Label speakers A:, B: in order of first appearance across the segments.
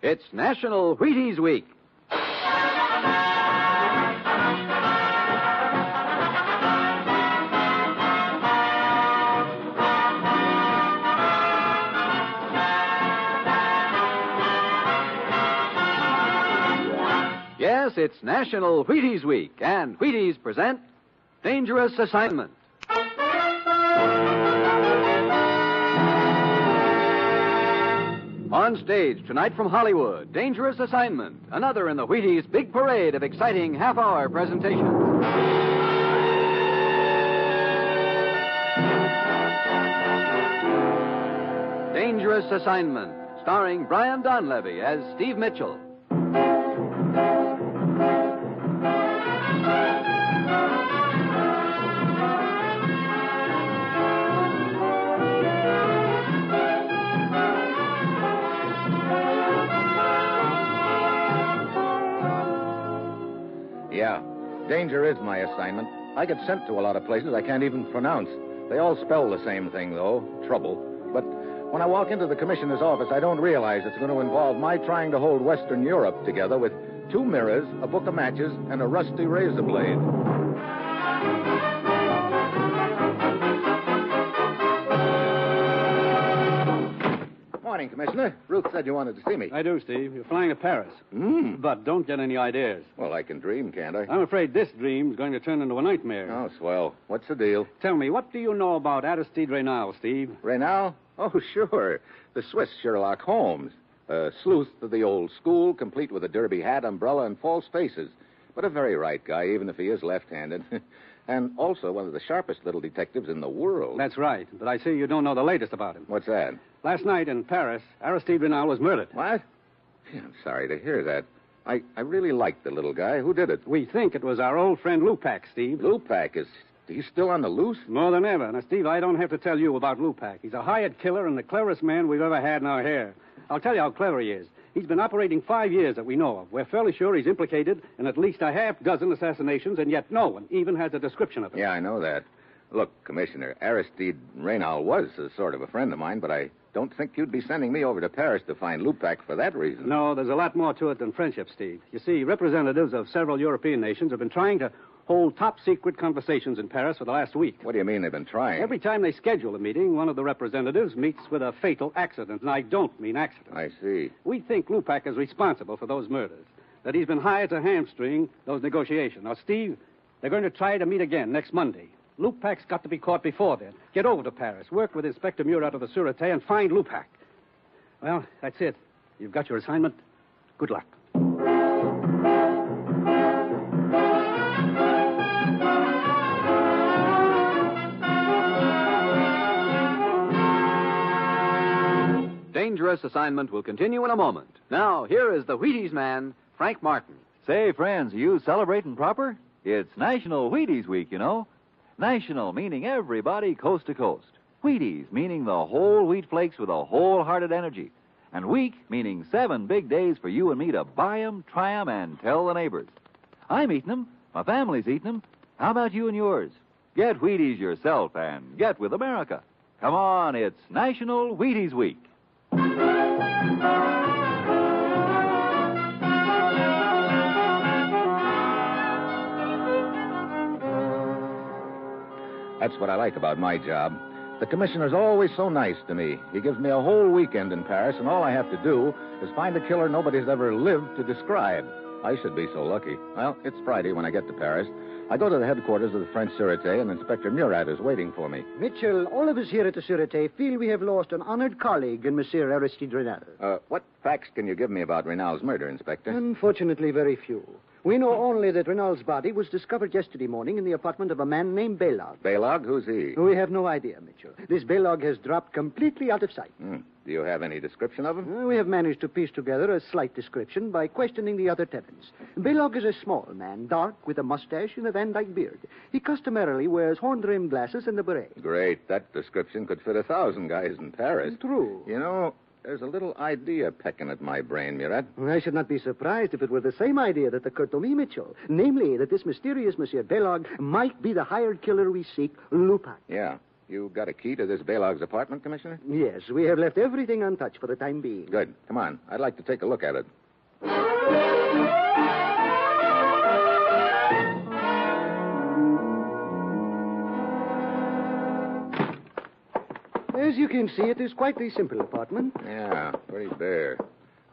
A: It's National Wheaties Week. Yes, it's National Wheaties Week, and Wheaties present Dangerous Assignment. On stage tonight from Hollywood, Dangerous Assignment, another in the Wheaties big parade of exciting half hour presentations. Dangerous Assignment, starring Brian Donlevy as Steve Mitchell.
B: Yeah. Danger is my assignment. I get sent to a lot of places I can't even pronounce. They all spell the same thing, though trouble. But when I walk into the commissioner's office, I don't realize it's going to involve my trying to hold Western Europe together with two mirrors, a book of matches, and a rusty razor blade. Morning, Commissioner. Ruth said you wanted to see me.
C: I do, Steve. You're flying to Paris.
B: Mm.
C: But don't get any ideas.
B: Well, I can dream, can't I?
C: I'm afraid this dream's going to turn into a nightmare.
B: Oh, swell. What's the deal?
C: Tell me, what do you know about Aristide Reynal, Steve?
B: Reynal? Oh, sure. The Swiss Sherlock Holmes. A sleuth of the old school, complete with a derby hat, umbrella, and false faces. But a very right guy, even if he is left handed. and also one of the sharpest little detectives in the world.
C: That's right. But I see you don't know the latest about him.
B: What's that?
C: Last night in Paris, Aristide Reynal was murdered.
B: What? Gee, I'm sorry to hear that. I, I really liked the little guy. Who did it?
C: We think it was our old friend Lupac, Steve.
B: Lupac is. He's still on the loose?
C: More than ever. Now, Steve, I don't have to tell you about Lupac. He's a hired killer and the cleverest man we've ever had in our hair. I'll tell you how clever he is. He's been operating five years that we know of. We're fairly sure he's implicated in at least a half dozen assassinations, and yet no one even has a description of him.
B: Yeah, I know that. Look, Commissioner, Aristide Reynal was a sort of a friend of mine, but I don't think you'd be sending me over to Paris to find Lupac for that reason.
C: No, there's a lot more to it than friendship, Steve. You see, representatives of several European nations have been trying to hold top secret conversations in Paris for the last week.
B: What do you mean they've been trying?
C: Every time they schedule a meeting, one of the representatives meets with a fatal accident, and I don't mean accident.
B: I see.
C: We think Lupac is responsible for those murders, that he's been hired to hamstring those negotiations. Now, Steve, they're going to try to meet again next Monday. Lupac's got to be caught before then. Get over to Paris, work with Inspector Murat of the Sûreté, and find Lupac. Well, that's it. You've got your assignment. Good luck.
A: Dangerous Assignment will continue in a moment. Now, here is the Wheaties man, Frank Martin.
D: Say, friends, are you celebrating proper? It's National Wheaties Week, you know. National meaning everybody coast to coast. Wheaties meaning the whole wheat flakes with a wholehearted energy. And week meaning seven big days for you and me to buy 'em, try 'em, and tell the neighbors. I'm eating 'em. My family's eating 'em. How about you and yours? Get Wheaties yourself and get with America. Come on, it's National Wheaties Week.
B: That's what I like about my job. The commissioner's always so nice to me. He gives me a whole weekend in Paris, and all I have to do As fine a killer nobody's ever lived to describe. I should be so lucky. Well, it's Friday when I get to Paris. I go to the headquarters of the French Sûreté, and Inspector Murat is waiting for me.
C: Mitchell, all of us here at the Sûreté feel we have lost an honored colleague in Monsieur Aristide Renal.
B: Uh, what facts can you give me about Renal's murder, Inspector?
C: Mm. Unfortunately, very few. We know only that Renal's body was discovered yesterday morning in the apartment of a man named Belog.
B: Balog, who's he?
C: We have no idea, Mitchell. This Belog has dropped completely out of sight.
B: Hmm. Do you have any description of him?
E: Mm.
C: Uh, We have managed to piece together a slight description by questioning the other tenants. Belog is a small man, dark, with a mustache and a Van Dyke beard. He customarily wears horn rimmed glasses and a beret.
B: Great. That description could fit a thousand guys in Paris.
C: True.
B: You know, there's a little idea pecking at my brain, Murat.
C: I should not be surprised if it were the same idea that occurred to me, Mitchell. Namely, that this mysterious Monsieur Belog might be the hired killer we seek, Lupin.
B: Yeah. You got a key to this Balog's apartment, Commissioner?
C: Yes, we have left everything untouched for the time being.
B: Good. Come on. I'd like to take a look at it.
C: As you can see, it is quite a simple apartment.
B: Yeah, pretty bare.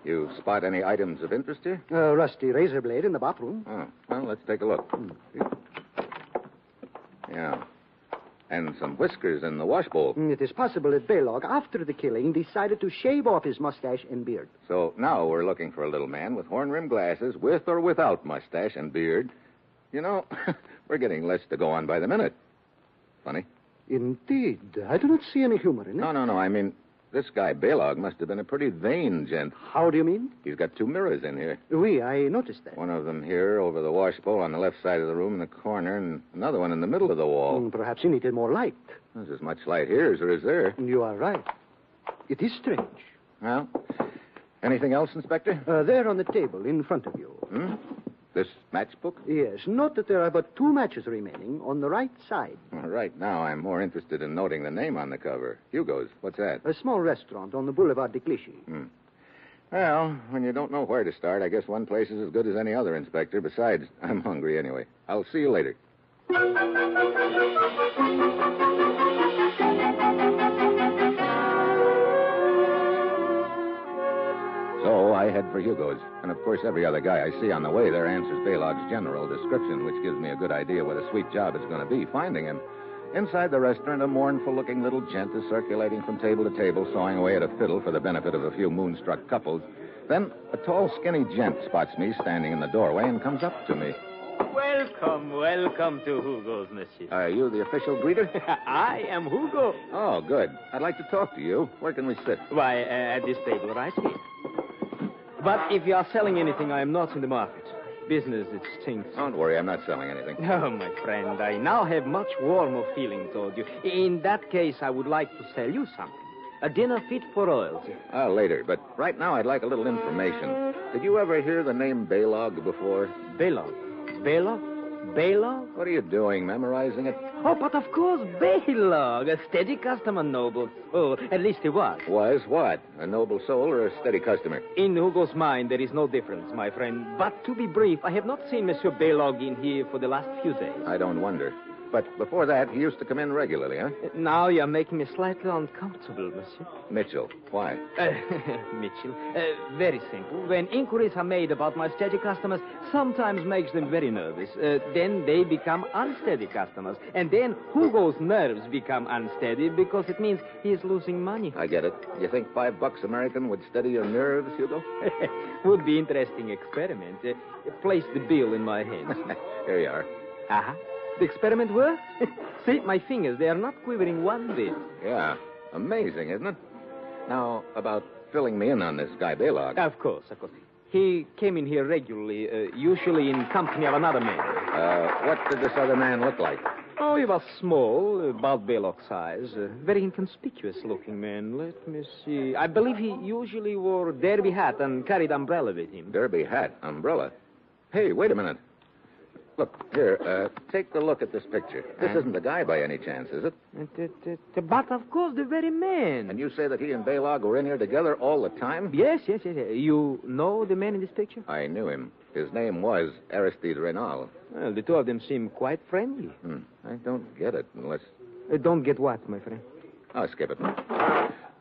B: You spot any items of interest here?
C: A rusty razor blade in the bathroom.
B: Oh, well, let's take a look. Yeah. And some whiskers in the washbowl.
C: Mm, It is possible that Belog, after the killing, decided to shave off his mustache and beard.
B: So now we're looking for a little man with horn rimmed glasses, with or without mustache and beard. You know, we're getting less to go on by the minute. Funny.
C: Indeed. I do not see any humor in it.
B: No, no, no. I mean, this guy, Balog, must have been a pretty vain gent.
C: How do you mean?
B: He's got two mirrors in here.
C: We, I noticed that.
B: One of them here over the washbowl on the left side of the room in the corner, and another one in the middle of the wall.
C: Mm, Perhaps he needed more light.
B: There's as much light here as there is there.
C: You are right. It is strange.
B: Well, anything else, Inspector?
C: Uh, there on the table in front of you.
B: Hmm? This matchbook?
C: Yes, note that there are but two matches remaining on the right side.
B: Well, Right now, I'm more interested in noting the name on the cover. Hugo's. What's that?
C: A small restaurant on the Boulevard de Clichy.
B: Well, when you don't know where to start, I guess one place is as good as any other, Inspector. Besides, I'm hungry anyway. I'll see you later. So I head for Hugo's, and of course every other guy I see on the way there answers Balog's general description, which gives me a good idea what a sweet job it's going to be finding him. Inside the restaurant, a mournful-looking little gent is circulating from table to table, sawing away at a fiddle for the benefit of a few moonstruck couples. Then a tall, skinny gent spots me standing in the doorway and comes up to me.
E: Welcome, welcome to Hugo's, monsieur.
B: Are you the official greeter?
E: I am Hugo.
B: Oh, good. I'd like to talk to you. Where can we sit?
E: Why, uh, at this table right here. But if you are selling anything, I am not in the market. Business, it stinks.
B: Don't worry, I'm not selling anything.
E: No, my friend, I now have much warmer feeling toward you. In that case, I would like to sell you something. A dinner fit for royalty.
B: Uh, later, but right now I'd like a little information. Did you ever hear the name Balog before?
E: Bello. Bello? Bello?
B: What are you doing, memorizing it?
E: Oh, but of course, Bello. A steady customer, noble. Oh, at least he was.
B: Was what? A noble soul or a steady customer?
E: In Hugo's mind, there is no difference, my friend. But to be brief, I have not seen Monsieur Belog in here for the last few days.
B: I don't wonder. But before that, he used to come in regularly, huh?
E: Now you're making me slightly uncomfortable, Monsieur.
B: Mitchell. Why?
E: Uh, Mitchell, uh, very simple. When inquiries are made about my steady customers, sometimes makes them very nervous. Uh, then they become unsteady customers. And then Hugo's nerves become unsteady because it means he is losing money.
B: I get it. You think five bucks American would steady your nerves, Hugo?
E: Would be interesting experiment. Uh, place the bill in my hand.
B: Here you are.
E: Uh-huh. The experiment worked. See, my fingers, they are not quivering one bit.
B: Yeah. Amazing, isn't it? Now, about filling me in on this guy, Balog.
E: Of course, of course. He came in here regularly, uh, usually in company of another man.
B: Uh, what did this other man look like?
E: Oh, he was small, about Belloc size, a very inconspicuous looking man. Let me see. I believe he usually wore derby hat and carried umbrella with him.
B: Derby hat, umbrella. Hey, wait a minute. Look, here, uh, take a look at this picture. This isn't the guy by any chance, is it?
E: Uh, But of course, the very
B: And
E: man.
B: you say that he and Balog were in here together all the time?
E: Yes, yes, yes. yes. You know the man in this picture?
B: I knew him. His name was Aristide Renal.
E: Well, the two of them seem quite friendly.
B: Hmm. I don't get it unless.
E: Uh, don't get what, my friend?
B: Oh, skip it.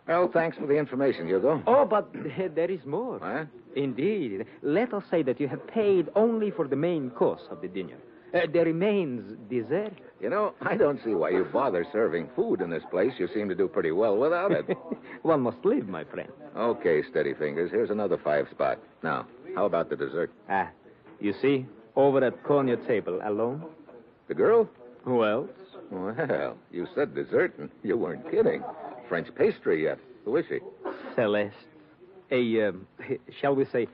B: Well, thanks for the information, Hugo.
F: Oh, but uh, there is more.
B: Huh?
F: Indeed. Let us say that you have paid only for the main course of the dinner. Uh, there remains dessert.
B: You know, I don't see why you bother serving food in this place. You seem to do pretty well without it.
F: One must live, my friend.
B: okay, steady fingers. Here's another five spot. Now, how about the dessert?
F: Ah, you see, over at corner table, alone.
B: The girl?
F: Who else?
B: Well, you said dessert, and you weren't kidding. French pastry yet. Who is she?
F: Celeste. A, um, shall we say,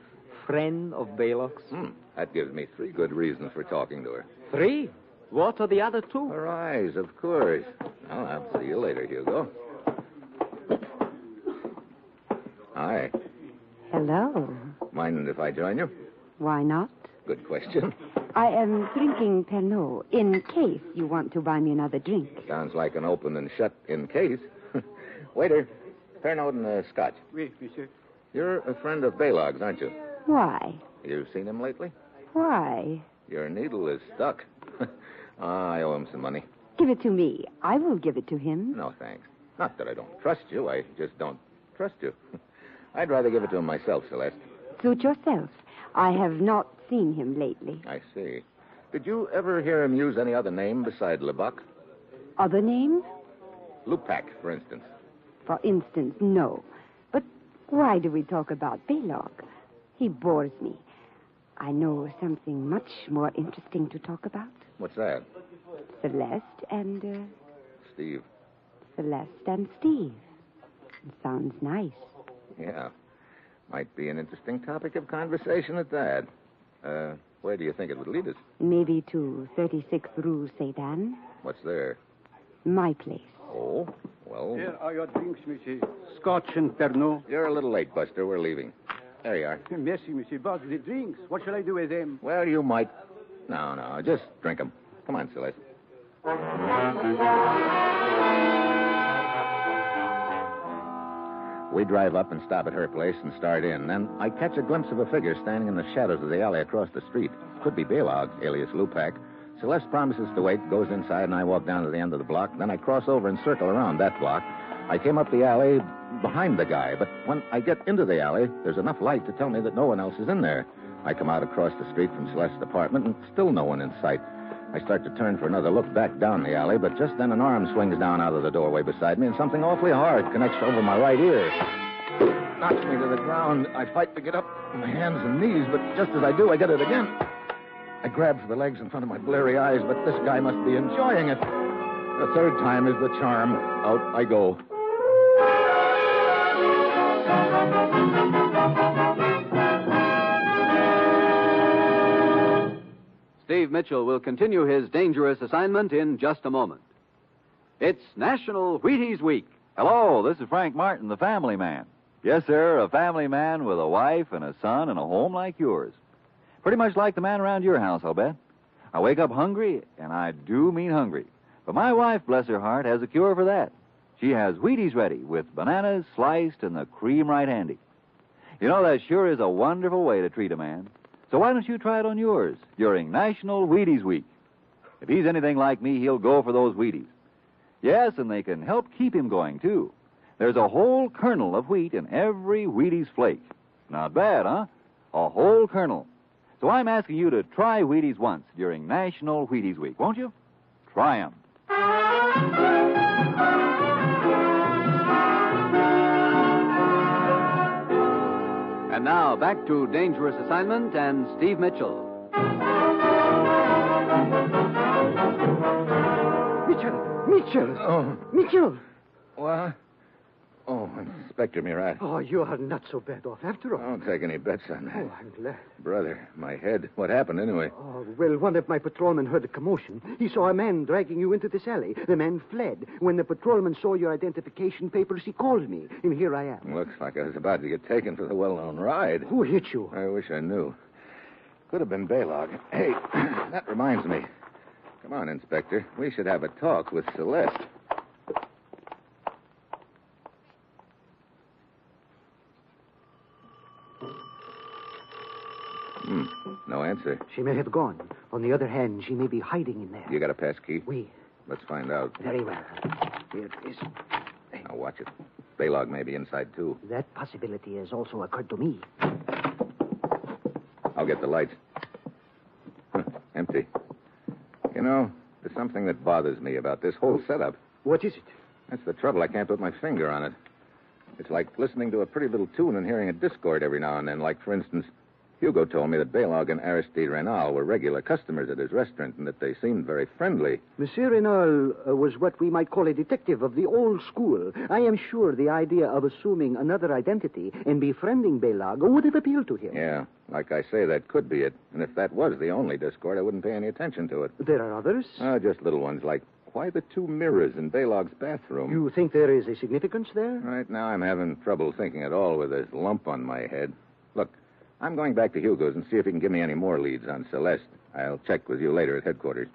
F: friend of Balok's.
B: Hmm. That gives me three good reasons for talking to her.
F: Three? What are the other two?
B: Her eyes, of course. Well, I'll see you later, Hugo. Hi.
G: Hello.
B: Mind if I join you?
G: Why not?
B: Good question.
G: I am drinking Pernod in case you want to buy me another drink.
B: Sounds like an open and shut in case. Waiter, Pernod and uh, Scotch.
C: Oui, monsieur.
B: You're a friend of Balog's, aren't you?
G: Why?
B: You've seen him lately?
G: Why?
B: Your needle is stuck. Ah, I owe him some money.
G: Give it to me. I will give it to him.
B: No, thanks. Not that I don't trust you. I just don't trust you. I'd rather give it to him myself, Celeste.
G: Suit yourself. I have not seen him lately.
B: I see. Did you ever hear him use any other name beside Lebuck?
G: Other name?
B: Lupac, for instance.
G: For instance, no. But why do we talk about Balog? He bores me. I know something much more interesting to talk about.
B: What's that?
G: Celeste and uh,
B: Steve.
G: Celeste and Steve. Sounds nice.
B: Yeah. Might be an interesting topic of conversation at that. Uh, where do you think it would lead us?
G: Maybe to 36 Rue Sedan,
B: What's there?
G: my place.
B: Oh, well.
C: Here are your drinks, monsieur. Scotch and Pernod.
B: You're a little late, Buster. We're leaving. There you are.
C: Merci, monsieur. But the drinks, what shall I do with them?
B: Well, you might. No, no. Just drink 'em. Come on, Celeste. We drive up and stop at her place and start in. Then I catch a glimpse of a figure standing in the shadows of the alley across the street. Could be Balog, alias Lupac. Celeste promises to wait, goes inside, and I walk down to the end of the block. Then I cross over and circle around that block. I came up the alley behind the guy, but when I get into the alley, there's enough light to tell me that no one else is in there. I come out across the street from Celeste's apartment, and still no one in sight. I start to turn for another look back down the alley, but just then an arm swings down out of the doorway beside me, and something awfully hard connects over my right ear knocks me to the ground. I fight to get up on my hands and knees, but just as I do, I get it again. I grab for the legs in front of my bleary eyes, but this guy must be enjoying it. The third time is the charm. Out I go.
A: Steve Mitchell will continue his dangerous assignment in just a moment. It's National Wheaties Week.
D: Hello, this is Frank Martin, the family man. Yes, sir, a family man with a wife and a son and a home like yours. Pretty much like the man around your house, I'll bet. I wake up hungry, and I do mean hungry. But my wife, bless her heart, has a cure for that. She has Wheaties ready with bananas sliced and the cream right handy. You know, that sure is a wonderful way to treat a man. So why don't you try it on yours during National Wheaties Week? If he's anything like me, he'll go for those Wheaties. Yes, and they can help keep him going, too. There's a whole kernel of wheat in every Wheaties flake. Not bad, huh? A whole kernel. So I'm asking you to try Wheaties once during National Wheaties Week, won't you? Try 'em.
A: And now back to Dangerous Assignment and Steve Mitchell.
E: Mitchell! Mitchell!
B: Oh,
E: Mitchell!
B: what? Oh, Inspector Murat.
E: Oh, you are not so bad off after
B: I
E: all.
B: don't take any bets on that.
E: Oh, I'm glad.
B: Brother, my head. What happened anyway?
E: Oh, well, one of my patrolmen heard a commotion. He saw a man dragging you into this alley. The man fled. When the patrolman saw your identification papers, he called me, and here I am.
B: Looks like I was about to get taken for the well known ride.
E: Who hit you?
B: I wish I knew. Could have been Balog. Hey, that reminds me. Come on, Inspector. We should have a talk with Celeste. Hmm. No answer.
E: She may have gone. On the other hand, she may be hiding in there.
B: You got a pass key?
E: We.
B: Let's find out.
E: Very well. Here it is.
B: Now watch it. Baylog may be inside, too.
E: That possibility has also occurred to me.
B: I'll get the lights. Huh, empty. You know, there's something that bothers me about this whole setup.
E: What is it?
B: That's the trouble. I can't put my finger on it. It's like listening to a pretty little tune and hearing a discord every now and then. Like, for instance, Hugo told me that Baylog and Aristide Renal were regular customers at his restaurant and that they seemed very friendly.
E: Monsieur Renault uh, was what we might call a detective of the old school. I am sure the idea of assuming another identity and befriending Bellag would have appealed to him.
B: Yeah, like I say, that could be it. And if that was the only discord, I wouldn't pay any attention to it.
E: There are others.
B: Ah, just little ones like, why the two mirrors in Baylog's bathroom?
E: you think there is a significance there?
B: Right now, I'm having trouble thinking at all with this lump on my head. Look, I'm going back to Hugo's and see if he can give me any more leads on Celeste. I'll check with you later at headquarters.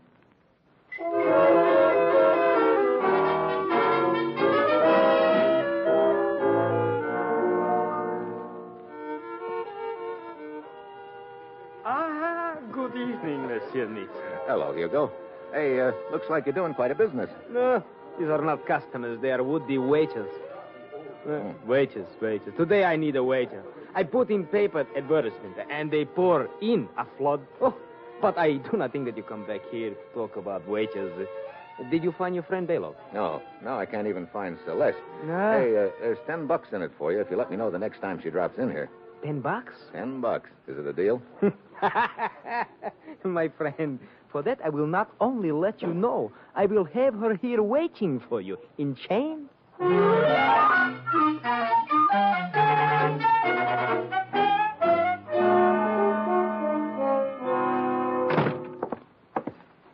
H: Ah, good evening, Monsieur Nietzsche.
B: Hello, Hugo. Hey, uh, looks like you're doing quite a business.
F: No, Uh, these are not customers. They are would-be waiters. Uh, waiters, waiters. Today I need a waiter. I put in paper advertisement, and they pour in a flood. Oh, but I do not think that you come back here to talk about waiters. Did you find your friend Belog?
B: No, no, I can't even find Celeste.
F: No.
B: Hey, uh, there's ten bucks in it for you if you let me know the next time she drops in here.
F: Ten bucks?
B: Ten bucks. Is it a deal?
F: My friend, for that I will not only let you know, I will have her here waiting for you in chains.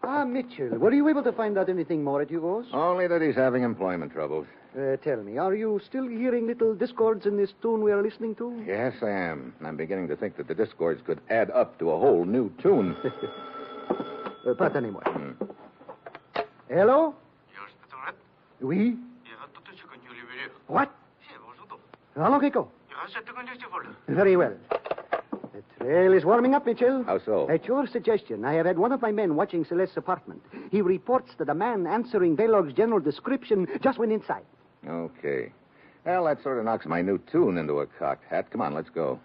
E: Ah, Mitchell, were you able to find out anything more at Hugo's?
B: Only that he's having employment troubles.
E: Uh, tell me, are you still hearing little discords in this tune we are listening to?
B: Yes, I am. And I'm beginning to think that the discords could add up to a whole new tune.
E: Uh, pas anymore. Hmm. Hello? Oui? What? How long ago? Very well. The trail is warming up, Mitchell.
B: How so?
E: At your suggestion, I have had one of my men watching Celeste's apartment. He reports that a man answering Belog's general description just went inside.
B: Okay. Well, that sort of knocks my new tune into a cocked hat. Come on, let's go.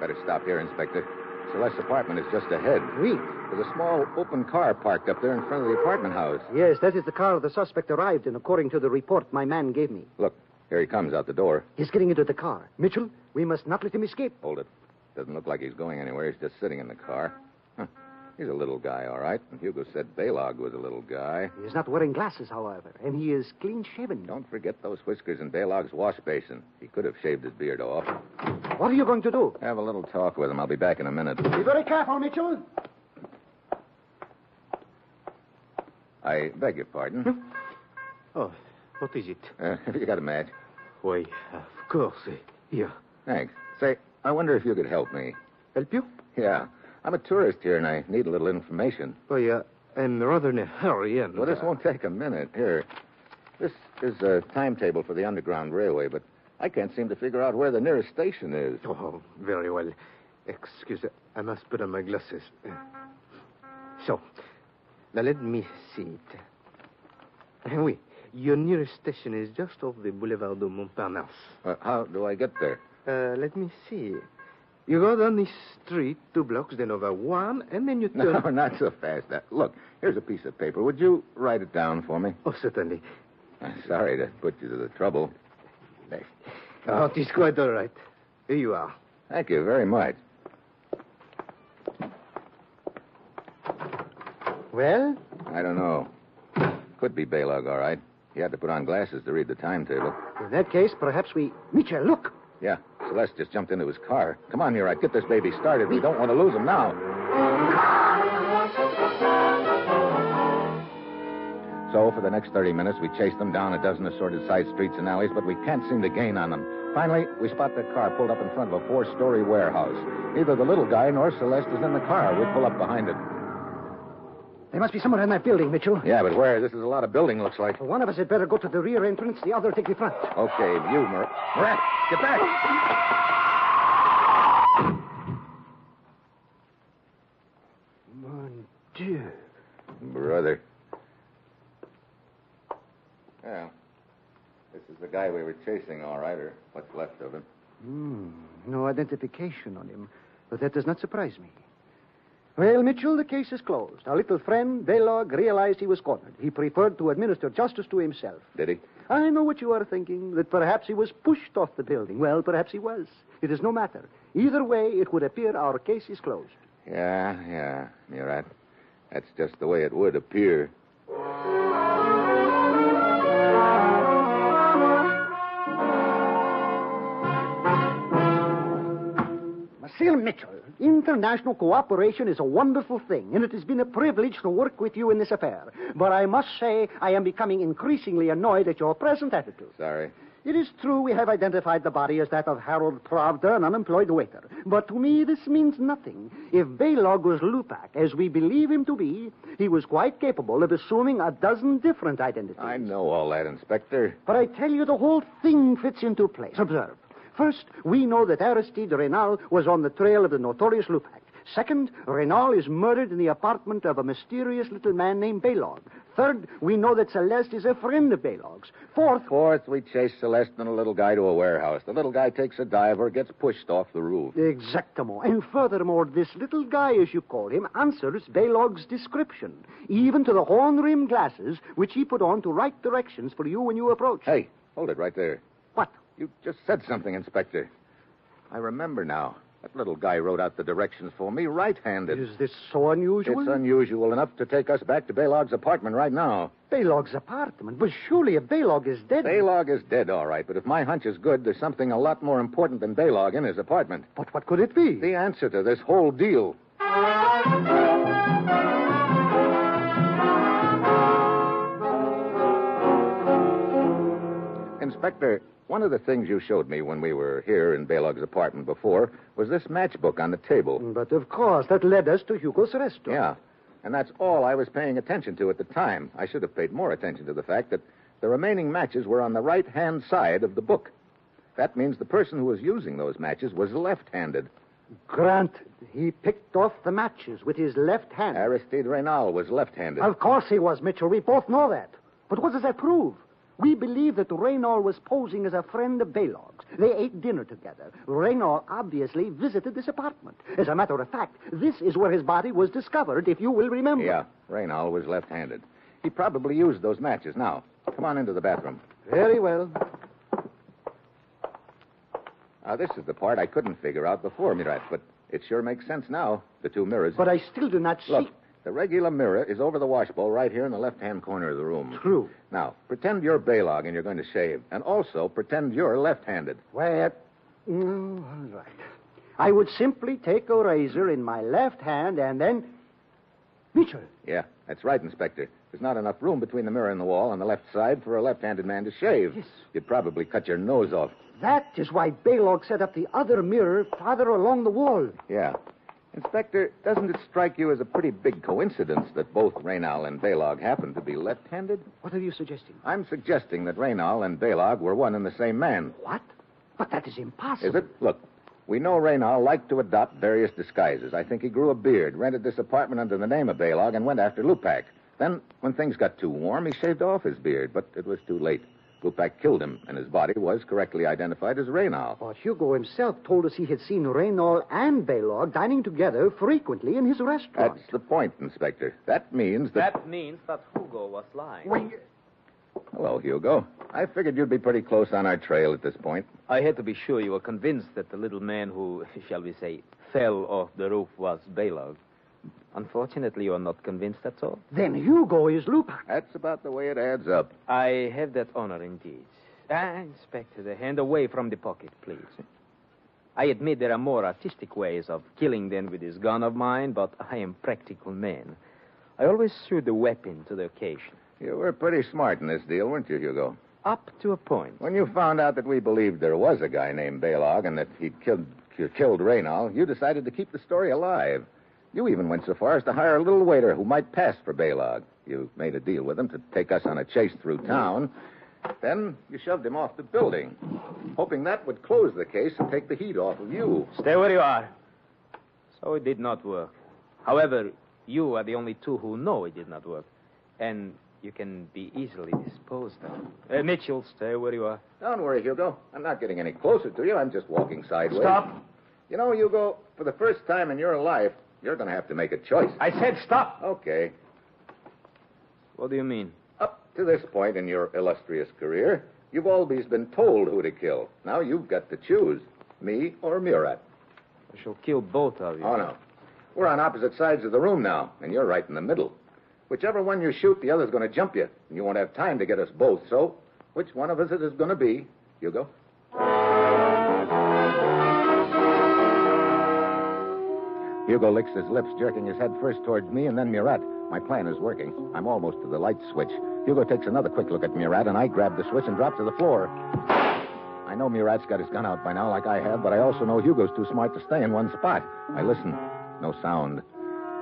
B: Better stop here, Inspector. Celeste's apartment is just ahead.
E: Oui.
B: There's a small open car parked up there in front of the apartment house.
E: Yes, that is the car the suspect arrived in, according to the report my man gave me.
B: Look, here he comes out the door.
E: He's getting into the car. Mitchell, we must not let him escape.
B: Hold it. Doesn't look like he's going anywhere. He's just sitting in the car. Huh. He's a little guy, all right. And Hugo said Baylog was a little guy.
E: He is not wearing glasses, however, and he is clean shaven.
B: Don't forget those whiskers in Baylog's wash basin. He could have shaved his beard off.
E: What are you going to do?
B: Have a little talk with him. I'll be back in a minute.
E: Be very
H: Oh,
E: careful, Mitchell.
B: I beg your pardon.
H: Oh, what is it?
B: Uh, have you got a match?
H: Why, of course. eh, Here.
B: Thanks. Say, I wonder if you could help me.
H: Help you?
B: Yeah. I'm a tourist here and I need a little information.
H: Why, uh, I'm rather in a hurry and...
B: Well, this
H: uh,
B: won't take a minute. Here. This is a timetable for the Underground Railway, but I can't seem to figure out where the nearest station is.
H: Oh, very well. Excuse me. I must put on my glasses. Uh, So, now let me see it. Uh, Oui, your nearest station is just off the Boulevard de Montparnasse.
B: Uh, how do I get there?
H: Uh, let me see. You go down this street, two blocks, then over one, and then you
B: No,
H: turn.
B: not so fast. Uh, look, here's a piece of paper. Would you write it down for me?
H: Oh, certainly.
B: I'm sorry to put you to the trouble.
H: Oh, it is quite all right. Here you are.
B: Thank you very much.
H: Well?
B: I don't know. Could be Baylog, all right. He had to put on glasses to read the timetable.
E: In that case, perhaps we. Mitchell, look!
B: Yeah, Celeste just jumped into his car. Come on, Murat, get this baby started. We don't want to lose him now. So, for the next 30 minutes, we chased them down a dozen assorted side streets and alleys, but we can't seem to gain on them. Finally, we spot the car pulled up in front of a four story warehouse. Neither the little guy nor Celeste is in the car. We pull up behind it.
E: They must be somewhere in that building, Mitchell.
B: Yeah, but where? This is a lot of building, looks like.
E: One of us had better go to the rear entrance, the other take the front.
B: Okay, you, Murat. Murat, get back! whether. Yeah. This is the guy we were chasing, all right, or what's left of him.
E: Hmm. No identification on him, but that does not surprise me. Well, Mitchell, the case is closed. Our little friend, Baylog, realized he was cornered. He preferred to administer justice to himself.
B: Did he?
E: I know what you are thinking, that perhaps he was pushed off the building. Well, perhaps he was. It is no matter. Either way, it would appear our case is closed.
B: Yeah, yeah, you're right. That's just the way it would appear.
E: Marcel Mitchell, international cooperation is a wonderful thing, and it has been a privilege to work with you in this affair. But I must say, I am becoming increasingly annoyed at your present attitude.
B: Sorry.
E: It is true we have identified the body as that of Harold Pravda, an unemployed waiter. But to me, this means nothing. If Baylog was Lupac, as we believe him to be, he was quite capable of assuming a dozen different identities.
B: I know all that, Inspector.
E: But I tell you, the whole thing fits into place. Observe. First, we know that Aristide Renal was on the trail of the notorious Lupac. Second, Renal is murdered in the apartment of a mysterious little man named Baylog. Third, we know that Celeste is a friend of Baylog's. Fourth,
B: Fourth, we chase Celeste and a little guy to a warehouse. The little guy takes a dive or gets pushed off the roof.
E: Exactamo. And furthermore, this little guy, as you call him, answers Baylog's description, even to the horn rimmed glasses which he put on to write directions for you when you approached.
B: Hey, hold it right there.
E: What?
B: You just said something, Inspector. I remember now. That little guy wrote out the directions for me right handed.
E: Is this so unusual?
B: It's unusual enough to take us back to Baylog's apartment right now.
E: Baylog's apartment. But surely if Baylog is dead.
B: Baylog is dead, all right, but if my hunch is good, there's something a lot more important than Baylog in his apartment.
E: But what could it be?
B: The answer to this whole deal. Inspector, one of the things you showed me when we were here in Baylog's apartment before was this matchbook on the table.
E: But of course, that led us to Hugo's restaurant.
B: Yeah. And that's all I was paying attention to at the time. I should have paid more attention to the fact that the remaining matches were on the right hand side of the book. That means the person who was using those matches was left handed.
E: Granted, he picked off the matches with his left hand.
B: Aristide Reynal was left handed.
E: Of course he was, Mitchell. We both know that. But what does that prove? We believe that Raynor was posing as a friend of Baylog's. They ate dinner together. Raynor obviously visited this apartment. As a matter of fact, this is where his body was discovered, if you will remember.
B: Yeah, Reynal was left handed. He probably used those matches. Now, come on into the bathroom.
E: Very well.
B: Now, Uh, this is the part I couldn't figure out before, Mirat, but it sure makes sense now. The two mirrors.
E: But I still do not see.
B: Look, the regular mirror is over the washbowl right here in the left hand corner of the room.
E: True.
B: Now, pretend you're Baylog and you're going to shave. And also, pretend you're left handed.
E: Well, mm, all right. I would simply take a razor in my left hand and then. Mitchell,
B: Yeah, that's right, Inspector. There's not enough room between the mirror and the wall on the left side for a left handed man to shave.
E: Yes.
B: You'd probably cut your nose off.
E: that is why Baylog set up the other mirror farther along the wall.
B: Yeah. Inspector, doesn't it strike you as a pretty big coincidence that both Raynal and Baylog happen to be left handed?
E: What are you suggesting?
B: I'm suggesting that Raynal and Baylog were one and the same man.
E: What? But that is impossible.
B: Is it? Look, we know Raynal liked to adopt various disguises. I think he grew a beard, rented this apartment under the name of Baylog, and went after Lupac. Then, when things got too warm, he shaved off his beard, but it was too late. Lupac killed him, and his body was correctly identified as Raynal.
E: But Hugo himself told us he had seen Reynal and Baylog dining together frequently in his restaurant.
B: That's the point, Inspector. That means that.
F: That means that Hugo was lying.
B: Hello, Hugo. I figured you'd be pretty close on our trail at this point.
F: I had to be sure you were convinced that the little man who, shall we say, fell off the roof was Baylog. Unfortunately, you are not convinced, that's all.
E: Then Hugo is Lupin.
B: That's about the way it adds up.
F: I have that honor indeed. Ah, Inspector, the hand away from the pocket, please. I admit there are more artistic ways of killing than with this gun of mine, but I am practical man. I always suit the weapon to the occasion,
B: You were pretty smart in this deal, weren't you, Hugo?
F: up to a point.
B: When you found out that we believed there was a guy named Baylog and that he'd killed, k- killed Raynal, you decided to keep the story alive. You even went so far as to hire a little waiter who might pass for Baylog. You made a deal with him to take us on a chase through town. Then you shoved him off the building, hoping that would close the case and take the heat off of you.
F: Stay where you are. So it did not work. However, you are the only two who know it did not work. and you can be easily disposed of. Uh, Mitchell, stay where you are.
B: Don't worry, Hugo. I'm not getting any closer to you. I'm just walking sideways.
H: Stop.
B: You know, Hugo, for the first time in your life, you're going to have to make a choice.
F: I said stop.
B: Okay.
F: What do you mean?
B: Up to this point in your illustrious career, you've always been told who to kill. Now you've got to choose me or Murat.
F: I shall kill both of you.
B: Oh, no. We're on opposite sides of the room now, and you're right in the middle. Whichever one you shoot, the other's going to jump you, and you won't have time to get us both. So, which one of us it is going to be, Hugo? Hugo licks his lips, jerking his head first towards me and then Murat. My plan is working. I'm almost to the light switch. Hugo takes another quick look at Murat, and I grab the switch and drop to the floor. I know Murat's got his gun out by now, like I have, but I also know Hugo's too smart to stay in one spot. I listen. No sound.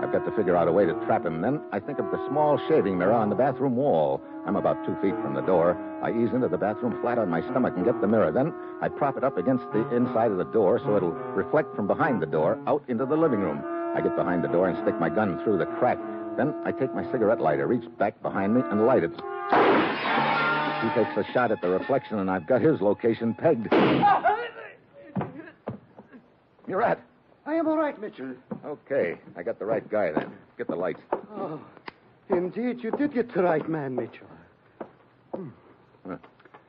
B: I've got to figure out a way to trap him. Then I think of the small shaving mirror on the bathroom wall. I'm about two feet from the door. I ease into the bathroom flat on my stomach and get the mirror. Then I prop it up against the inside of the door so it'll reflect from behind the door out into the living room. I get behind the door and stick my gun through the crack. Then I take my cigarette lighter, reach back behind me, and light it. He takes a shot at the reflection, and I've got his location pegged. Murat.
E: I am all right, Mitchell.
B: Okay, I got the right guy then. Get the lights.
E: Oh, indeed, you did get the right man, Mitchell.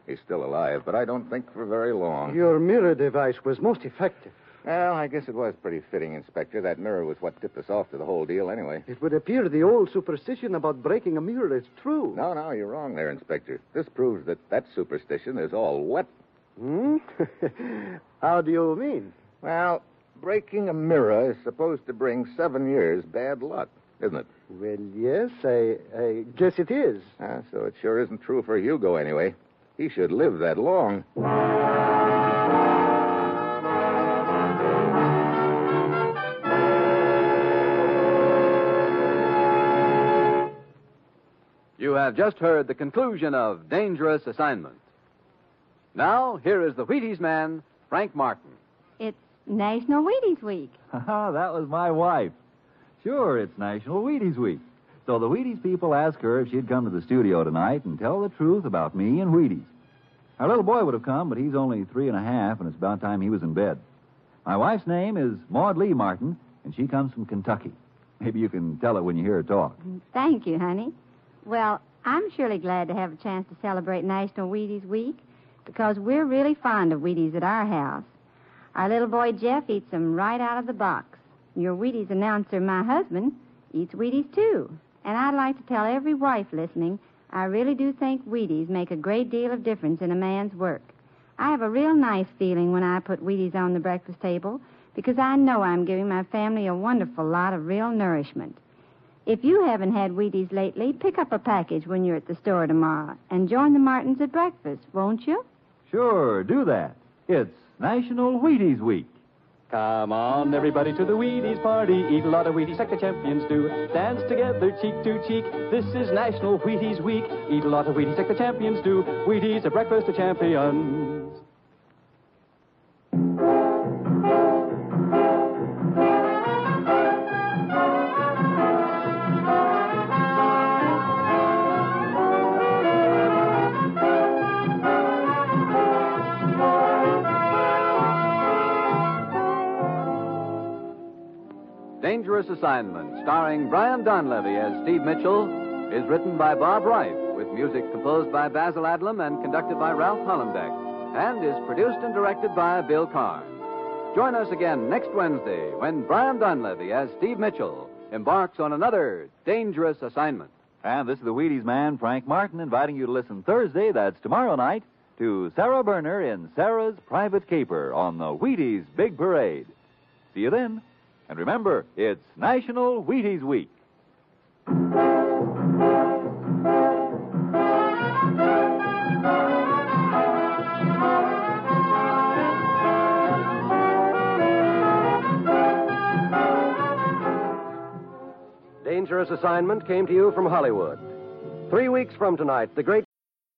B: He's still alive, but I don't think for very long.
E: Your mirror device was most effective.
B: Well, I guess it was pretty fitting, Inspector. That mirror was what tipped us off to the whole deal, anyway.
E: It would appear the old superstition about breaking a mirror is true.
B: No, no, you're wrong there, Inspector. This proves that that superstition is all wet.
E: Hmm? How do you mean?
B: Well, breaking a mirror is supposed to bring seven years bad luck, isn't it?
E: Well, yes, I, I guess it is.
B: Ah, so it sure isn't true for Hugo, anyway. He should live that long.
A: You have just heard the conclusion of Dangerous Assignment. Now, here is the Wheaties man, Frank Martin.
G: It's National Wheaties Week.
D: Ah, that was my wife. Sure, it's National Wheaties Week. So the Wheaties people asked her if she'd come to the studio tonight and tell the truth about me and Wheaties. Our little boy would have come, but he's only three and a half, and it's about time he was in bed. My wife's name is Maud Lee Martin, and she comes from Kentucky. Maybe you can tell it when you hear her talk.
G: Thank you, honey. Well, I'm surely glad to have a chance to celebrate National Wheaties Week because we're really fond of Wheaties at our house. Our little boy Jeff eats them right out of the box. Your Wheaties announcer, my husband, eats Wheaties too. And I'd like to tell every wife listening, I really do think Wheaties make a great deal of difference in a man's work. I have a real nice feeling when I put Wheaties on the breakfast table because I know I'm giving my family a wonderful lot of real nourishment. If you haven't had Wheaties lately, pick up a package when you're at the store tomorrow and join the Martins at breakfast, won't you?
D: Sure, do that. It's National Wheaties Week.
F: Come on, everybody, to the Wheaties party. Eat a lot of Wheaties like the champions do. Dance together, cheek to cheek. This is National Wheaties Week. Eat a lot of Wheaties like the champions do. Wheaties are breakfast of champions.
A: Dangerous Assignment, starring Brian Donlevy as Steve Mitchell, is written by Bob Reif, with music composed by Basil Adlam and conducted by Ralph Hollenbeck, and is produced and directed by Bill Carr. Join us again next Wednesday when Brian Donlevy as Steve Mitchell embarks on another dangerous assignment.
D: And this is the Wheaties man, Frank Martin, inviting you to listen Thursday, that's tomorrow night, to Sarah Berner in Sarah's Private Caper on the Wheaties Big Parade. See you then. And remember, it's National Wheaties Week.
A: Dangerous Assignment came to you from Hollywood. Three weeks from tonight, the great